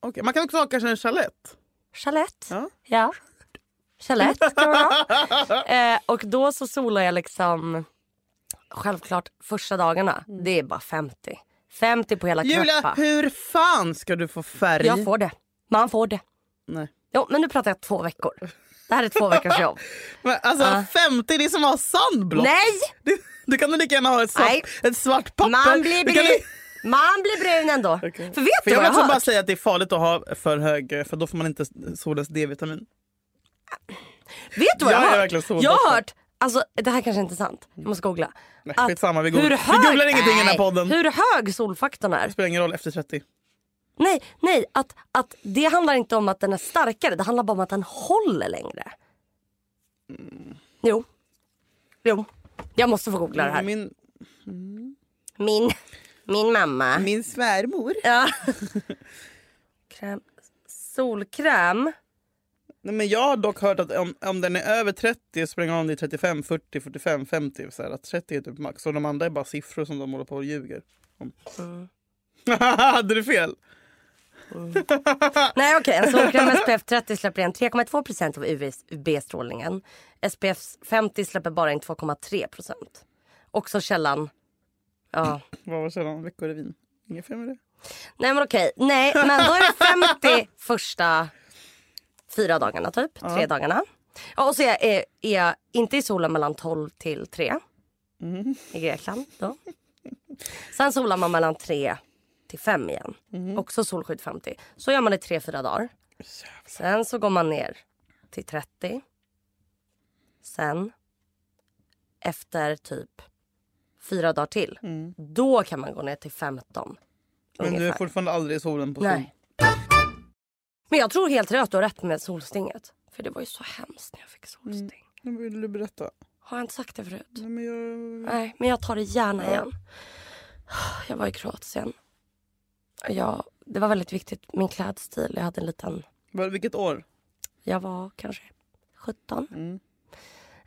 [SPEAKER 2] Okej, Man kan också ha kanske en chalett.
[SPEAKER 1] Chalett.
[SPEAKER 2] Ja.
[SPEAKER 1] Ja. Chalett kan man ha. Eh, och då så solar jag liksom... Självklart första dagarna. Det är bara 50. 50 på hela
[SPEAKER 2] Mm. Julia,
[SPEAKER 1] kroppen.
[SPEAKER 2] hur fan ska du få färg?
[SPEAKER 1] Jag får det. Man får det.
[SPEAKER 2] Nej.
[SPEAKER 1] Jo, men nu pratar jag två veckor. Det här är två veckors jobb.
[SPEAKER 2] Men, alltså, 50, det är som att ha sandblått.
[SPEAKER 1] Nej!
[SPEAKER 2] Du, du kan lika gärna ha ett svart,
[SPEAKER 1] Nej.
[SPEAKER 2] ett svart papper.
[SPEAKER 1] Man blir
[SPEAKER 2] du kan,
[SPEAKER 1] brun. Man blir brun ändå. För vet
[SPEAKER 2] för
[SPEAKER 1] du
[SPEAKER 2] jag
[SPEAKER 1] vad
[SPEAKER 2] vill
[SPEAKER 1] jag
[SPEAKER 2] också
[SPEAKER 1] har
[SPEAKER 2] bara
[SPEAKER 1] hört?
[SPEAKER 2] säga att det är farligt att ha för hög, för då får man inte solens D-vitamin.
[SPEAKER 1] Vet du vad jag,
[SPEAKER 2] Jag är
[SPEAKER 1] har
[SPEAKER 2] verkligen
[SPEAKER 1] hört? Jag har
[SPEAKER 2] solbotten.
[SPEAKER 1] hört, alltså det här kanske inte är sant. Jag måste googla.
[SPEAKER 2] Nej,
[SPEAKER 1] Att
[SPEAKER 2] skitsamma, vi,
[SPEAKER 1] hur
[SPEAKER 2] googlar, vi googlar ingenting i den här
[SPEAKER 1] nej,
[SPEAKER 2] podden.
[SPEAKER 1] Hur hög solfaktorn är.
[SPEAKER 2] Det spelar ingen roll efter 30.
[SPEAKER 1] Nej, nej att, att det handlar inte om att den är starkare. Det handlar bara om att den håller längre. Jo. Jo. Jag måste få googla det här.
[SPEAKER 2] Min,
[SPEAKER 1] Min, min mamma.
[SPEAKER 2] min svärmor.
[SPEAKER 1] Ja. Kräm. Solkräm.
[SPEAKER 2] Nej, men jag har dock hört att om, om den är över 30 spelar ingen roll om det är 35, 40, 45, 50. Så här, att 30 är typ max. Och de andra är bara siffror som de håller på och ljuger om.
[SPEAKER 1] Mm.
[SPEAKER 2] Hade du fel?
[SPEAKER 1] Nej okej, en solkräm med SPF 30 släpper igen 3,2% av UVB-strålningen. SPF 50 släpper bara in 2,3%. Också källan... Ja.
[SPEAKER 2] Vad var källan? Veckorevyn? Inget fel med det.
[SPEAKER 1] Nej men okej. Nej men då är det 50 första fyra dagarna typ. Tre dagarna. Ja, och så är jag, är jag inte i solen mellan 12 till 3.
[SPEAKER 2] Mm.
[SPEAKER 1] I Grekland då. Sen solar man mellan 3 till 5 igen.
[SPEAKER 2] Mm.
[SPEAKER 1] Också solskydd 50. Så gör man det 3-4 dagar. Sen så går man ner till 30. Sen efter typ fyra dagar till.
[SPEAKER 2] Mm.
[SPEAKER 1] Då kan man gå ner till 15.
[SPEAKER 2] Men du är
[SPEAKER 1] ungefär.
[SPEAKER 2] fortfarande aldrig i solen på sol.
[SPEAKER 1] Nej. Men jag tror helt rätt du har rätt med solstinget. För det var ju så hemskt när jag fick solsting.
[SPEAKER 2] Nu vill du berätta.
[SPEAKER 1] Har jag inte sagt det förut?
[SPEAKER 2] Nej, men jag...
[SPEAKER 1] Nej, men jag tar det gärna igen. Jag var i Kroatien. Jag, det var väldigt viktigt, min klädstil. Jag hade en liten...
[SPEAKER 2] Var- Vilket år?
[SPEAKER 1] Jag var kanske 17.
[SPEAKER 2] Mm.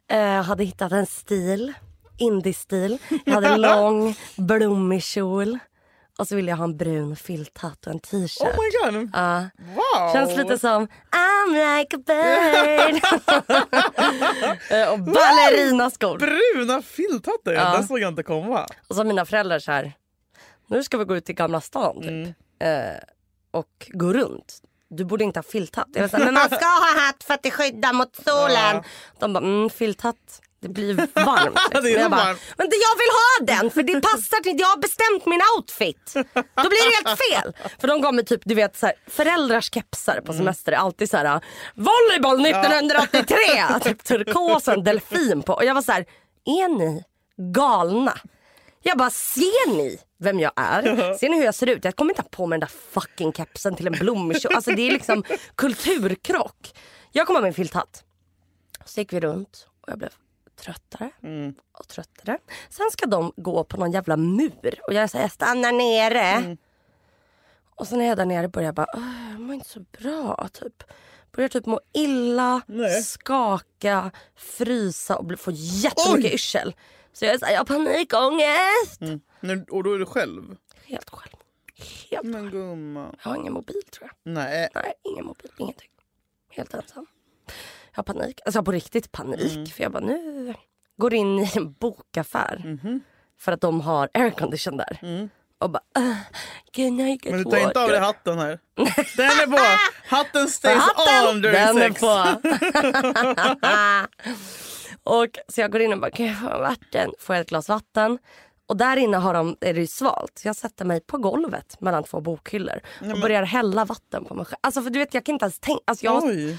[SPEAKER 1] Eh, hade hittat en stil. Indiestil. Jag hade en lång, blommig kjol. Och så ville jag ha en brun filthatt och en t-shirt.
[SPEAKER 2] Oh my god!
[SPEAKER 1] Ja.
[SPEAKER 2] Wow!
[SPEAKER 1] Känns lite som I'm like a bird. Eh, och ballerinaskor.
[SPEAKER 2] Bruna filthattar!
[SPEAKER 1] Ja.
[SPEAKER 2] Den såg jag inte komma.
[SPEAKER 1] Och så mina föräldrar så här. Nu ska vi gå ut till Gamla stan typ.
[SPEAKER 2] Mm.
[SPEAKER 1] Eh, och gå runt. Du borde inte ha filthatt. Jag var så här, men man ska ha hatt för att det skyddar mot solen.
[SPEAKER 2] Ja.
[SPEAKER 1] De bara, mm, filthatt. Det blir varmt. Liksom.
[SPEAKER 2] Det är
[SPEAKER 1] jag bara,
[SPEAKER 2] varmt.
[SPEAKER 1] men det- jag vill ha den för det passar till, jag har bestämt min outfit. Då blir det helt fel. För de gav mig typ, du vet så här, föräldrars kepsar på semester är alltid så här volleyboll 1983, typ turkos och en delfin på. Och jag var så här, är ni galna? Jag bara, ser ni vem jag är? Ser ni hur jag ser ut? Jag kommer inte ha på mig den där fucking kepsen till en blommig kjol. Alltså det är liksom kulturkrock. Jag kommer med en filthatt. Så gick vi runt och jag blev tröttare och tröttare. Sen ska de gå på någon jävla mur och jag säger jag stannar nere.
[SPEAKER 2] Mm.
[SPEAKER 1] Och sen när jag är där nere börjar jag bara, "Åh, jag mår inte så bra typ. Börjar typ må illa,
[SPEAKER 2] Nej.
[SPEAKER 1] skaka, frysa och bli- få jättemycket yrsel. Så jag är såhär, jag har panikångest.
[SPEAKER 2] Nu, och då är du själv?
[SPEAKER 1] Helt själv. Helt
[SPEAKER 2] Men gumman.
[SPEAKER 1] Jag har ingen mobil tror jag.
[SPEAKER 2] Nej.
[SPEAKER 1] Nej, ingen mobil, ingenting. Helt ensam. Jag har panik. Alltså jag har på riktigt panik.
[SPEAKER 2] Mm.
[SPEAKER 1] För jag bara nu går in i en bokaffär.
[SPEAKER 2] Mhm.
[SPEAKER 1] För att de har aircondition där. Och bara, "Ah, can I get
[SPEAKER 2] Mm. Men du tar inte av
[SPEAKER 1] water?"
[SPEAKER 2] dig hatten här? Den är på! Hatten stays on
[SPEAKER 1] Hatten,
[SPEAKER 2] during
[SPEAKER 1] den är
[SPEAKER 2] sex.
[SPEAKER 1] på. och, så jag går in och bara, kan jag få vatten? Får jag ett glas vatten? Och där inne har de, är det ju svalt. Så jag sätter mig på golvet mellan två bokhyllor och börjar hälla vatten på mig själv. Alltså för du vet jag kan inte ens tänka. Alltså jag
[SPEAKER 2] Oj.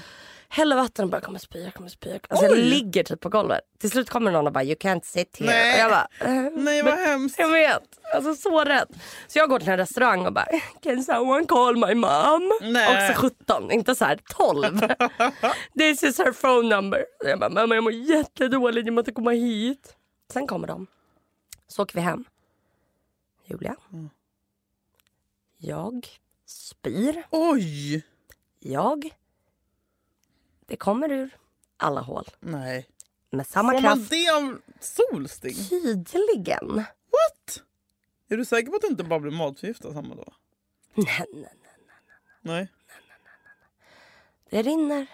[SPEAKER 1] häller vatten och bara, jag kommer spy, jag kommer spy. Alltså jag
[SPEAKER 2] Oj.
[SPEAKER 1] ligger typ på golvet. Till slut kommer någon och bara, you can't sit here.
[SPEAKER 2] Nej.
[SPEAKER 1] Och jag bara, "Eh,
[SPEAKER 2] Nej vad hemskt.
[SPEAKER 1] jag vet. Alltså så rätt. Så jag går till en restaurang och bara Can someone call my mom?
[SPEAKER 2] Nej.
[SPEAKER 1] Också 17, inte så här 12. This is her phone number. Och Jag bara mamma jag mår jättedåligt, jag måste komma hit. Sen kommer de. Så åker vi hem. Julia.
[SPEAKER 2] Mm.
[SPEAKER 1] Jag spyr.
[SPEAKER 2] Oj!
[SPEAKER 1] Jag. Det kommer ur alla hål.
[SPEAKER 2] Nej.
[SPEAKER 1] Med samma
[SPEAKER 2] Får man
[SPEAKER 1] kraft.
[SPEAKER 2] det av solsting?
[SPEAKER 1] Tydligen.
[SPEAKER 2] What? Är du säker på att du inte bara blir matförgiftad samma dag?
[SPEAKER 1] Nej, nej.
[SPEAKER 2] Nej.
[SPEAKER 1] Det rinner.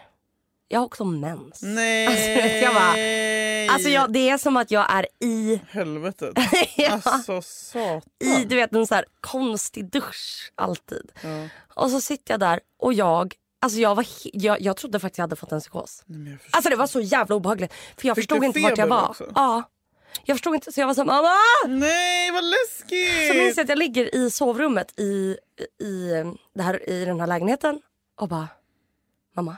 [SPEAKER 1] Jag har också mens.
[SPEAKER 2] Nej.
[SPEAKER 1] Alltså, jag Alltså jag, det är som att jag är i,
[SPEAKER 2] Helvetet.
[SPEAKER 1] ja,
[SPEAKER 2] Alltså satan.
[SPEAKER 1] i du vet, en så här konstig dusch alltid.
[SPEAKER 2] Ja.
[SPEAKER 1] Och så sitter jag där och jag, alltså jag, var he- jag, jag trodde faktiskt jag hade fått en psykos.
[SPEAKER 2] Nej, men jag förstår.
[SPEAKER 1] Alltså det var så jävla obehagligt. För jag
[SPEAKER 2] Fick
[SPEAKER 1] förstod
[SPEAKER 2] du
[SPEAKER 1] inte vart jag
[SPEAKER 2] feber
[SPEAKER 1] var.
[SPEAKER 2] också?
[SPEAKER 1] Ja. Jag förstod inte, så jag var såhär mamma!
[SPEAKER 2] Nej vad
[SPEAKER 1] Så minns
[SPEAKER 2] läskigt.
[SPEAKER 1] jag att jag ligger i sovrummet i, i, det här, i den här lägenheten och bara mamma.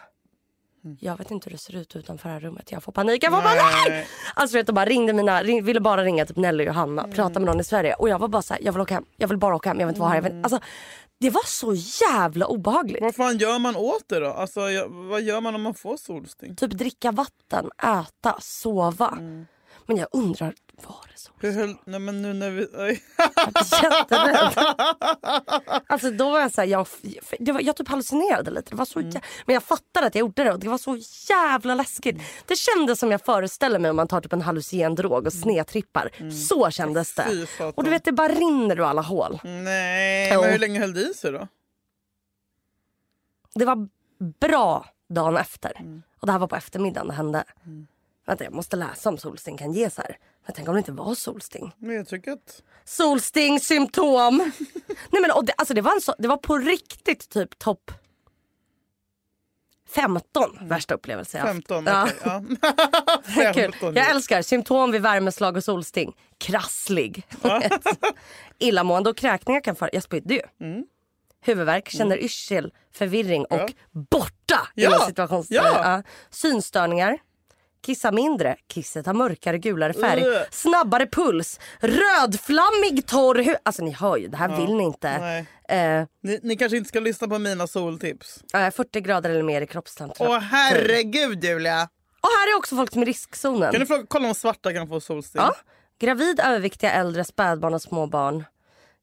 [SPEAKER 1] Jag vet inte hur det ser ut utanför det här rummet. Jag får panik, jag får panik!
[SPEAKER 2] Nej.
[SPEAKER 1] Alltså vet du, bara ringde mina, ring, ville bara ringa typ Nelly och Johanna, prata med någon i Sverige. Och jag var bara såhär, jag vill åka hem, jag vill bara åka hem, jag vill inte vara här. Jag vill, alltså, det var så jävla obehagligt.
[SPEAKER 2] Vad fan gör man åt det då? Alltså, jag, vad gör man om man får solsting?
[SPEAKER 1] Typ dricka vatten, äta, sova. Men jag undrar, var det så?
[SPEAKER 2] Hur höll... Nej men nu när vi... Oj.
[SPEAKER 1] Jag blir jätterädd. alltså då var jag såhär, jag, det var, jag typ hallucinerade lite. Det var så jä- men jag fattade att jag gjorde det och det var så jävla läskigt. Det kändes som jag föreställer mig om man tar typ en hallucinogen drog och snedtrippar. Så kändes det.
[SPEAKER 2] Fy satan.
[SPEAKER 1] Och du vet det bara rinner ur alla hål.
[SPEAKER 2] Nej,
[SPEAKER 1] Jo.
[SPEAKER 2] men hur länge höll det i sig då?
[SPEAKER 1] Det var bra dagen efter. Och det här var på eftermiddagen det hände. Vänta, jag måste läsa om solsting kan ges här. Men tänk om det inte var solsting.
[SPEAKER 2] Men jag tycker att...
[SPEAKER 1] Solsting, symptom. Nej men och det, alltså det var, en så, det var på riktigt typ topp 15 värsta upplevelse jag haft.
[SPEAKER 2] 15,
[SPEAKER 1] Ja.
[SPEAKER 2] okej. Ja.
[SPEAKER 1] Det är kul.
[SPEAKER 2] 15
[SPEAKER 1] Jag älskar symptom vid värmeslag och solsting. Krasslig. Illamående och kräkningar kan föra... Jag spydde ju.
[SPEAKER 2] Mm.
[SPEAKER 1] Huvudvärk, känner yrsel, förvirring och borta!
[SPEAKER 2] Ja,
[SPEAKER 1] Inom situations-
[SPEAKER 2] ja.
[SPEAKER 1] Synstörningar, kissa mindre, kisset har mörkare gulare färg,
[SPEAKER 2] Ugh.
[SPEAKER 1] snabbare puls, rödflammig torr hud. Alltså ni hör ju, det här vill ni inte.
[SPEAKER 2] Nej.
[SPEAKER 1] Eh,
[SPEAKER 2] Ni, ni kanske inte ska lyssna på mina soltips.
[SPEAKER 1] eh, 40 grader eller mer i kroppstemperatur.
[SPEAKER 2] Åh herregud Julia!
[SPEAKER 1] Och här är också folk som är i riskzonen.
[SPEAKER 2] Kan du fråga, kolla om svarta kan få solsting?
[SPEAKER 1] Ja. Gravid, överviktiga, äldre, spädbarn och småbarn.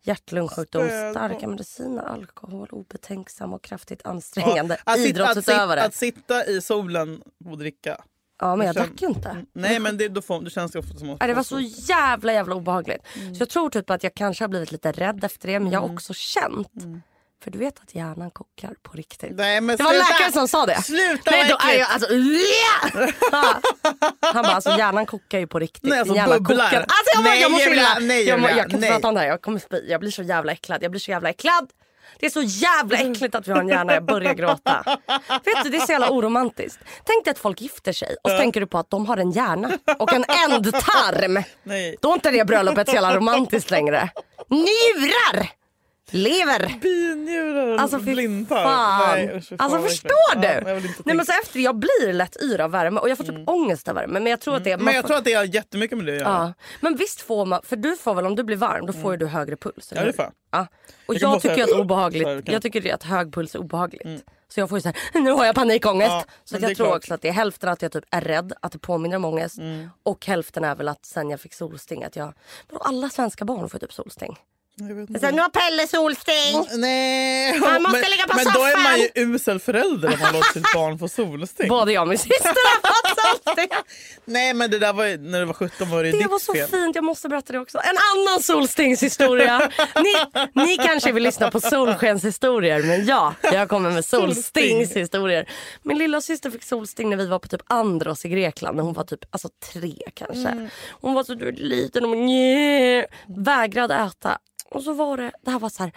[SPEAKER 1] Hjärt-lungsjukdom,
[SPEAKER 2] Spädbarn.
[SPEAKER 1] starka mediciner, alkohol, obetänksam och kraftigt
[SPEAKER 2] Ja.
[SPEAKER 1] ansträngande.
[SPEAKER 2] Att sit-
[SPEAKER 1] Idrottsutövare.
[SPEAKER 2] Att, liksom- sit, att sitta i solen och dricka.
[SPEAKER 1] ja, men jag
[SPEAKER 2] Känn-
[SPEAKER 1] drack ju inte.
[SPEAKER 2] Nej men det, då får, det känns ju ofta som
[SPEAKER 1] Nej,
[SPEAKER 2] att
[SPEAKER 1] Mm. Det var så jävla jävla obehagligt.
[SPEAKER 2] Mm.
[SPEAKER 1] Så jag tror typ att jag kanske har blivit lite rädd efter det men jag har också känt.
[SPEAKER 2] Mm.
[SPEAKER 1] För du vet att hjärnan kokar på riktigt.
[SPEAKER 2] Nej, men
[SPEAKER 1] det var
[SPEAKER 2] sluta!
[SPEAKER 1] läkaren som sa det.
[SPEAKER 2] Sluta
[SPEAKER 1] Nej, då
[SPEAKER 2] vad
[SPEAKER 1] är jag,
[SPEAKER 2] äckligt.
[SPEAKER 1] alltså, ja! Han bara alltså hjärnan kokar ju på riktigt.
[SPEAKER 2] Nej, alltså,
[SPEAKER 1] Min hjärna
[SPEAKER 2] bubblar.
[SPEAKER 1] kokar. Alltså, jag, nej,
[SPEAKER 2] Nej,
[SPEAKER 1] jag mår så
[SPEAKER 2] Julia,
[SPEAKER 1] illa.
[SPEAKER 2] nej,
[SPEAKER 1] jag, mår-
[SPEAKER 2] Julia,
[SPEAKER 1] jag kan inte
[SPEAKER 2] nej.
[SPEAKER 1] prata om det här. Jag kommer spy. Jag blir så jävla äcklad. Jag blir så jävla äcklad. Det är så jävla äckligt att vi har en hjärna. Jag börjar gråta. Vet du, det är så jävla oromantiskt. Tänk dig att folk gifter sig och så tänker du på att de har en hjärna och en ändtarm.
[SPEAKER 2] Nej.
[SPEAKER 1] Då är inte det bröllopet så jävla romantiskt längre. Njurar! Lever!
[SPEAKER 2] Binjurar
[SPEAKER 1] Alltså
[SPEAKER 2] och
[SPEAKER 1] fy
[SPEAKER 2] blindtarm.
[SPEAKER 1] fan.
[SPEAKER 2] Nej, usch, fy fan,
[SPEAKER 1] alltså
[SPEAKER 2] vad
[SPEAKER 1] förstår
[SPEAKER 2] äckligt.
[SPEAKER 1] du?
[SPEAKER 2] Ja, jag vill inte
[SPEAKER 1] Nej, men
[SPEAKER 2] tänka. Mm.
[SPEAKER 1] så efter det, jag blir lätt yr av värme och jag får typ ångest av värme. Men jag tror att det är... man
[SPEAKER 2] men jag
[SPEAKER 1] får-
[SPEAKER 2] tror att det har jättemycket med det att göra.
[SPEAKER 1] ja. men visst får man, för du får väl om du blir varm då får ju du högre puls? eller
[SPEAKER 2] Mm. Ja, det
[SPEAKER 1] hur?
[SPEAKER 2] får jag.
[SPEAKER 1] ja. Och
[SPEAKER 2] Jag
[SPEAKER 1] jag
[SPEAKER 2] kan bara
[SPEAKER 1] tycker ju
[SPEAKER 2] säga-
[SPEAKER 1] att
[SPEAKER 2] Så här,
[SPEAKER 1] obehagligt,
[SPEAKER 2] kan- Mm.
[SPEAKER 1] jag tycker ju att hög puls är obehagligt. Så jag får ju såhär, nu har jag panikångest.
[SPEAKER 2] Ja,
[SPEAKER 1] så
[SPEAKER 2] men
[SPEAKER 1] att
[SPEAKER 2] det är
[SPEAKER 1] jag tror
[SPEAKER 2] klart. Mm.
[SPEAKER 1] också att det är hälften att jag typ är rädd, att det påminner om ångest. Och hälften är väl att sen jag fick solsting att jag, vadå, alla svenska barn får typ solsting.
[SPEAKER 2] Jag vet
[SPEAKER 1] Jag
[SPEAKER 2] inte.
[SPEAKER 1] säger, nu har Pelle solsting!
[SPEAKER 2] Nej.
[SPEAKER 1] Man måste
[SPEAKER 2] men,
[SPEAKER 1] ligga på
[SPEAKER 2] Men då är man ju
[SPEAKER 1] soffan.
[SPEAKER 2] usel förälder om man låter sitt barn få solsting.
[SPEAKER 1] Både jag och min syster har fått solsting.
[SPEAKER 2] Nej men det där var ju, när du var 17 var det,
[SPEAKER 1] Det
[SPEAKER 2] ditt
[SPEAKER 1] var så
[SPEAKER 2] fel.
[SPEAKER 1] fint, jag måste berätta det också. En annan solstingshistoria. Ni, ni kanske vill lyssna på solskenshistorier men ja, jag kommer med solstingshistorier. Min lilla syster fick solsting när vi var på typ Andros i Grekland när hon var typ alltså, tre
[SPEAKER 2] Mm.
[SPEAKER 1] kanske. Hon var så du vet, liten och nj- vägrade äta. Och så var det, det här var så här.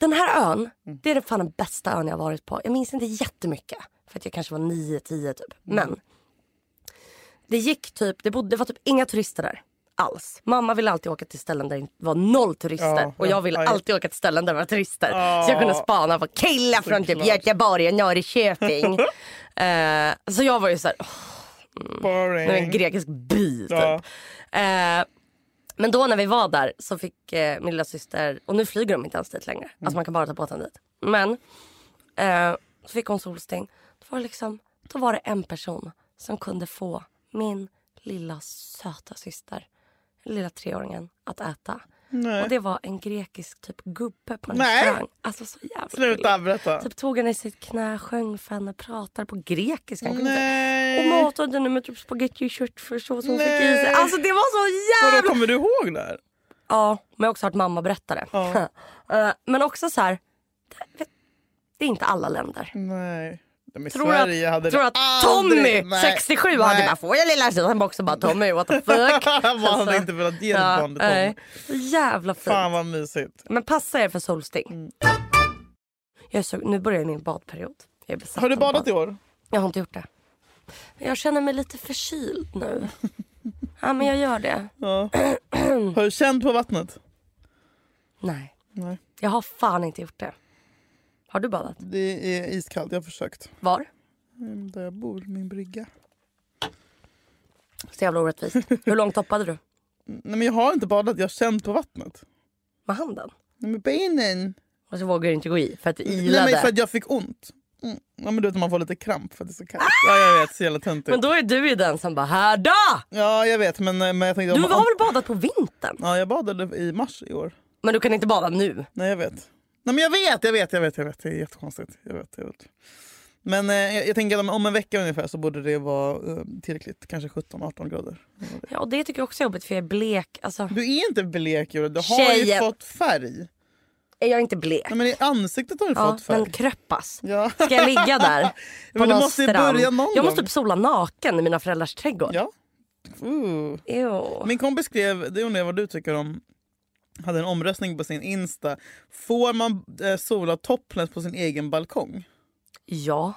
[SPEAKER 1] Den här ön,
[SPEAKER 2] Mm.
[SPEAKER 1] det är fan den bästa ön jag har varit på. Jag minns inte jättemycket för att jag kanske var 9-10 typ.
[SPEAKER 2] Mm.
[SPEAKER 1] Men det gick typ, det, bodde, det var typ inga turister där. Alls. Mamma ville alltid åka till ställen där det var noll turister.
[SPEAKER 2] Ja,
[SPEAKER 1] och
[SPEAKER 2] ja,
[SPEAKER 1] jag ville
[SPEAKER 2] ja.
[SPEAKER 1] alltid åka till ställen där det var turister.
[SPEAKER 2] Ja.
[SPEAKER 1] Så jag kunde spana på killar från typ
[SPEAKER 2] Såklart.
[SPEAKER 1] Göteborg och Norrköping. eh, så jag var ju såhär, oh,
[SPEAKER 2] Boring.
[SPEAKER 1] det är en grekisk by typ.
[SPEAKER 2] Ja.
[SPEAKER 1] Eh, men då när vi var där så fick eh, min lilla syster, och nu flyger de inte ens dit längre. Alltså man kan bara ta båten dit. Men eh, så fick hon solsting. Då var, det liksom, då var det en person som kunde få min lilla söta syster, lilla treåringen, att äta.
[SPEAKER 2] Nej.
[SPEAKER 1] Och det var en grekisk typ gubbe på en
[SPEAKER 2] Nej.
[SPEAKER 1] restaurang. Alltså så jävla
[SPEAKER 2] Sluta berätta.
[SPEAKER 1] gulligt. Typ tog henne i sitt knä, sjöng för henne, pratade på grekiska. Han kunde inte- och
[SPEAKER 2] Nej.
[SPEAKER 1] matade henne med typ spagetti och köttfärs och så hon fick i
[SPEAKER 2] Nej.
[SPEAKER 1] sig. Alltså det var så
[SPEAKER 2] Vadå,
[SPEAKER 1] jävla...
[SPEAKER 2] kommer du ihåg det här?
[SPEAKER 1] Ja, men jag har också hört mamma berätta det.
[SPEAKER 2] Ja.
[SPEAKER 1] Eh, men också så här, det, det är inte alla länder.
[SPEAKER 2] Nej. Men i
[SPEAKER 1] Tror du
[SPEAKER 2] Sverige hade
[SPEAKER 1] att, tror du att
[SPEAKER 2] Mm. aldrig-
[SPEAKER 1] Tommy,
[SPEAKER 2] Nej.
[SPEAKER 1] 67, hade
[SPEAKER 2] Nej.
[SPEAKER 1] bara får jag lilla syster? Han bara också bara Tommy what the fuck.
[SPEAKER 2] Han hade
[SPEAKER 1] Alltså,
[SPEAKER 2] inte velat ge ett barn till Tommy.
[SPEAKER 1] nej. Så jävla fint.
[SPEAKER 2] Fan Mm. vad mysigt.
[SPEAKER 1] Men passa er för solsting. Jag är så, nu börjar min badperiod. Jag är besatt
[SPEAKER 2] Har du
[SPEAKER 1] av
[SPEAKER 2] badat
[SPEAKER 1] bad.
[SPEAKER 2] i år?
[SPEAKER 1] Jag har inte gjort det. Jag känner mig lite förkyld nu. ja men jag gör det.
[SPEAKER 2] Ja. Har du känt på vattnet?
[SPEAKER 1] Nej.
[SPEAKER 2] Nej.
[SPEAKER 1] Jag har fan inte gjort det. Har du badat?
[SPEAKER 2] Det är iskallt, jag har försökt.
[SPEAKER 1] Var?
[SPEAKER 2] Mm, Där jag bor, min brygga.
[SPEAKER 1] Så jävla orättvist. Hur långt hoppade du?
[SPEAKER 2] Nej, men jag har inte badat, jag har känt på vattnet.
[SPEAKER 1] Med handen?
[SPEAKER 2] Nej, men benen!
[SPEAKER 1] Och så vågar du inte gå i för att du
[SPEAKER 2] Nej,
[SPEAKER 1] ilade.
[SPEAKER 2] men
[SPEAKER 1] men,
[SPEAKER 2] för att jag fick ont. Mm. Ja, men du vet, man får lite kramp för att det är så kallt. Ja, jag vet, så jävla töntigt.
[SPEAKER 1] då är du ju den som bara härda!
[SPEAKER 2] Ja, jag vet, men, eh, men jag tänkte...
[SPEAKER 1] Du
[SPEAKER 2] om- om-
[SPEAKER 1] har väl badat på vintern?
[SPEAKER 2] Ja, jag badade i mars i år.
[SPEAKER 1] Men du kan inte bada nu.
[SPEAKER 2] Nej, jag vet. Nej, men jag vet, jag vet, jag vet, jag vet. Det är jättekonstigt. Jag vet, jag vet. Men eh, jag, jag tänker att om, om en vecka ungefär så borde det vara eh, tillräckligt. Kanske 17-18 grader.
[SPEAKER 1] Ja, och det tycker jag också är jobbigt för jag är blek. Alltså,
[SPEAKER 2] Du är inte blek Julia, du har ju
[SPEAKER 1] Tjejen.
[SPEAKER 2] fått färg.
[SPEAKER 1] är jag inte blek?
[SPEAKER 2] Nej, men I ansiktet har du
[SPEAKER 1] Ja,
[SPEAKER 2] fått
[SPEAKER 1] men
[SPEAKER 2] färg.
[SPEAKER 1] kröppas.
[SPEAKER 2] Ja.
[SPEAKER 1] Ska jag ligga där? På
[SPEAKER 2] men du
[SPEAKER 1] någon
[SPEAKER 2] måste ju
[SPEAKER 1] strand?
[SPEAKER 2] börja någon
[SPEAKER 1] Jag måste
[SPEAKER 2] gång.
[SPEAKER 1] typ sola naken i mina föräldrars trädgård.
[SPEAKER 2] ja. Uh.
[SPEAKER 1] Ew.
[SPEAKER 2] Min kompis skrev, det undrar jag vad du tycker om, hade en omröstning på sin Insta. Får man eh, sola topless på sin egen balkong?
[SPEAKER 1] Ja.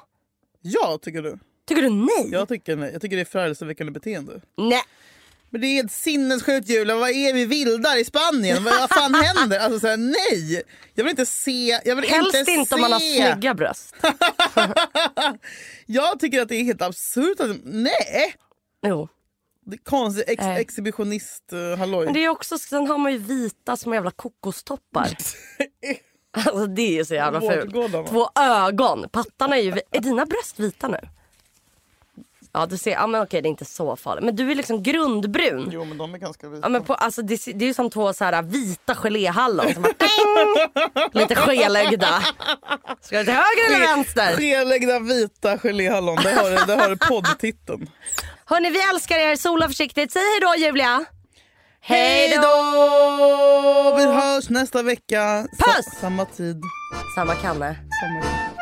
[SPEAKER 2] Ja, tycker du.
[SPEAKER 1] Tycker du nej?
[SPEAKER 2] Jag tycker, nej. jag tycker det är förargelseväckande beteende.
[SPEAKER 1] Nej.
[SPEAKER 2] Men det är ett sinnessjukt Julia, vad är vi vildar i Spanien? Vad, vad fan händer? Alltså så här, nej! Jag vill inte se, jag vill
[SPEAKER 1] Helst
[SPEAKER 2] inte,
[SPEAKER 1] inte, om man har
[SPEAKER 2] se.
[SPEAKER 1] snygga bröst.
[SPEAKER 2] Jag tycker att det är helt absurt. att- Nej!
[SPEAKER 1] Jo.
[SPEAKER 2] Det är konstigt ex-
[SPEAKER 1] Nej.
[SPEAKER 2] exhibitionist eh, halloj.
[SPEAKER 1] Men det är också, sen har man ju vita små jävla kokostoppar. alltså det är ju så jävla fult.
[SPEAKER 2] Vårdgård av honom.
[SPEAKER 1] Två ögon. Pattarna är ju... Är dina bröst vita nu? Ja, du ser. Ja, men okej, det är inte så farligt. Men du är liksom grundbrun.
[SPEAKER 2] Jo men de är ganska vita.
[SPEAKER 1] Ja, men på, alltså, det, ser- det är ju som två så här, vita geléhallon som bara, ding! Lite skelögda. Ska du till höger eller vänster?
[SPEAKER 2] Skelögda vita geléhallon, där har du- där har du poddtiteln.
[SPEAKER 1] Hörni, vi älskar er. Sola försiktigt. Säg hej då, Julia. Hej då!
[SPEAKER 2] Vi hörs nästa vecka. Sa-
[SPEAKER 1] Puss!
[SPEAKER 2] Samma tid,
[SPEAKER 1] Samma kanne.
[SPEAKER 2] samma vecka.